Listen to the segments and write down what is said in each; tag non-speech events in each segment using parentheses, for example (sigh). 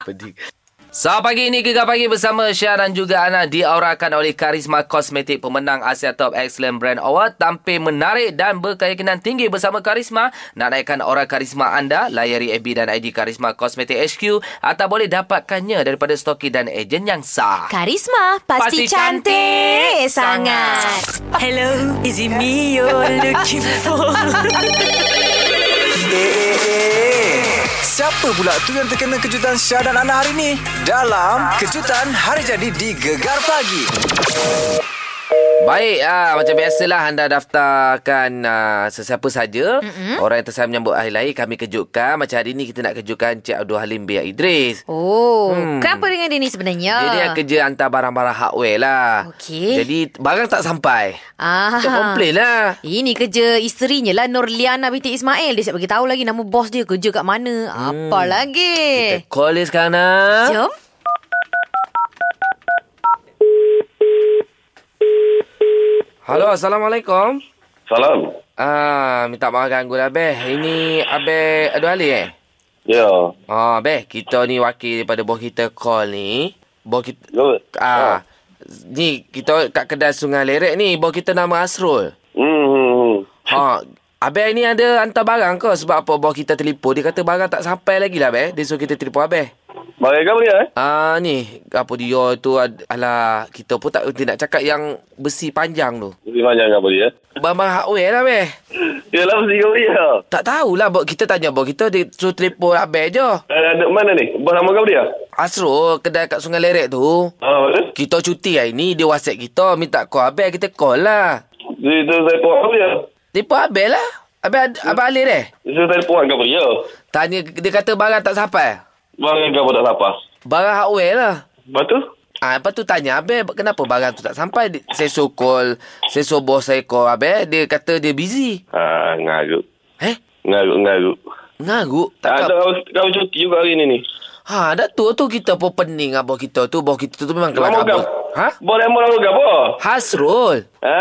Pedih. So, pagi ini Gegar Pagi bersama Syah dan juga Ana diaurakan oleh Karisma Kosmetik pemenang Asia Top Excellent Brand Award. Tampil menarik dan berkeyakinan tinggi bersama Karisma. Nak naikkan aura karisma anda, layari FB dan ID Karisma Kosmetik HQ atau boleh dapatkannya daripada stoki dan ejen yang sah. Karisma pasti, Pasti pasti cantik, cantik sangat. Hello, is it me you're looking (laughs) for? Eh, eh, eh. Siapa pula tu yang terkena kejutan Syah dan Ana hari ni? Dalam Kejutan Hari Jadi di Gegar Pagi. Baik, ah, macam biasalah anda daftarkan ah, sesiapa saja. Mm-hmm. Orang yang tersayang menyambut hari lahir kami kejutkan. Macam hari ini kita nak kejutkan Cik Abdul Halim bin Idris. Oh, hmm. kenapa dengan dia ni sebenarnya? Dia ni yang kerja hantar barang-barang hardware lah. Ah. Okey. Jadi barang tak sampai. Ah. Kita komplain lah. Ini kerja isterinya lah Norliana binti Ismail. Dia siap bagi tahu lagi nama bos dia kerja kat mana. Hmm. Apa lagi? Kita call dia sekarang lah. nak. Jom. Halo, Assalamualaikum. Salam. Ah, minta maaf ganggu lah, Beh. Ini Abeh Abdul Halim eh? Ya. Ah, Beh, kita ni wakil daripada bos kita call ni. Bos kita... Good. Ha. Ah, Ni, kita kat kedai Sungai Lerek ni. Bos kita nama Asrul. Hmm. hmm, hmm. Ha, Abang ni ada hantar barang ke sebab apa bos kita telefon. Dia kata barang tak sampai lagi lah, Abang. Dia suruh kita telefon Abang. Baik kamu dia eh? Ah ni apa dia tu ad- alah kita pun tak berhenti nak cakap yang besi panjang tu. Lebih panjang kamu dia. Barang hardware lah beh. Yalah mesti kamu dia. Tak tahulah bok kita tanya bok kita dia suruh telefon abang je. Eh, ada mana ni? Bos nama ah? kamu dia? Asro kedai kat Sungai Lerek tu. Ha, mana? Kita cuti hari ni dia WhatsApp kita minta call abang kita call lah. Dia tu telefon kamu dia. Telefon abang lah. Abang ad- abang alih deh. ah? Dia telefon kamu dia. Tanya dia kata barang tak sampai. ya? Bang kamu tak apa. Barang hardware lah. Lepas tu? Ah, lepas tu tanya Abel kenapa barang tu tak sampai. Dia- Saya suruh call, saya suruh bos saya call Abel. Dia kata dia busy. Ha, ngaruk. Eh? Ngaruk, ngaruk. Ngaruk Tak, takkan. kamu, kamu cuti juga hari ni ni. Ha, dah tu tu kita pun pening abah kita tu. Abah kita tu memang kelakar. Kamu abah. kamu. Ha? Bos nama kamu apa? Hasrul. Ha?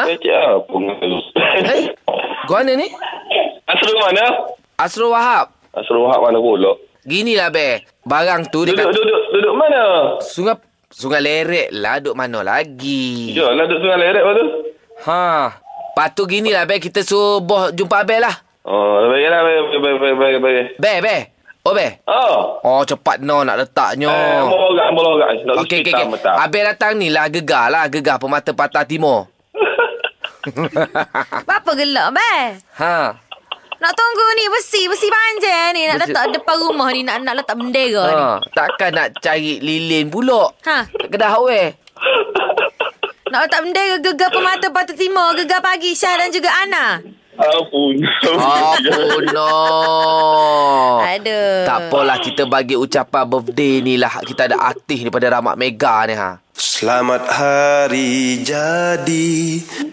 Ha? Eh, cik apa ngaruk? Eh? Gua mana ni? (laughs) Asrul mana? Asrul Wahab. Asrul Wahab mana pula? Ginilah be. Barang tu Duduk, dekat duduk, duduk mana? sungai Sungai Lerek lah duk mana lagi. Ya, lah duduk sungai lerek lepas tu. Ha. Lepas tu ginilah be kita suruh boh jumpa Abel lah. Oh, bagi lah, bagi, bagi, bagi, bagi, bagi. Be be. Oh be. Oh. Oh cepat no nak letaknya. Eh, ambil orang, ambil orang. Nak Okey, okay, okey, okay, okey. Abel datang ni lah gegar lah. Gegar pemata patah timur. Apa gelak, Bel? ha. Nak tunggu ni besi, besi panjang ni. Nak Besi- letak depan rumah ni. Nak nak letak bendera ni. ha. Takkan nak cari lilin pula. Ha. Kedah hardware. Nak letak bendera gegar pemata patah timur. Gegar pagi Syah dan juga Ana. Ampun. Oh, (laughs) pun no. Aduh. Oh, Tak apalah kita bagi ucapan birthday ni lah. Kita ada artis daripada Ramak Mega ni ha. Selamat hari jadi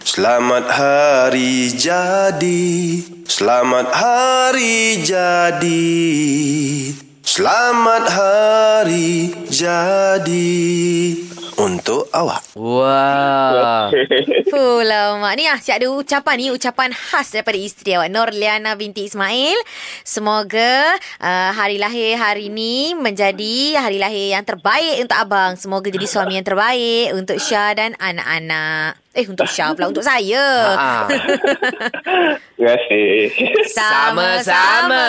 Selamat hari jadi Selamat hari jadi Selamat hari jadi Untuk awak Wah. Pulau Mak. Ni ah, siap ada ucapan ni. Ucapan khas daripada isteri awak. Norliana binti Ismail. Semoga uh, hari lahir hari ni menjadi hari lahir yang terbaik untuk abang. Semoga jadi suami yang terbaik untuk Syah dan anak-anak. Eh, untuk Syah pula. Untuk saya. Ha. Terima kasih. Sama-sama.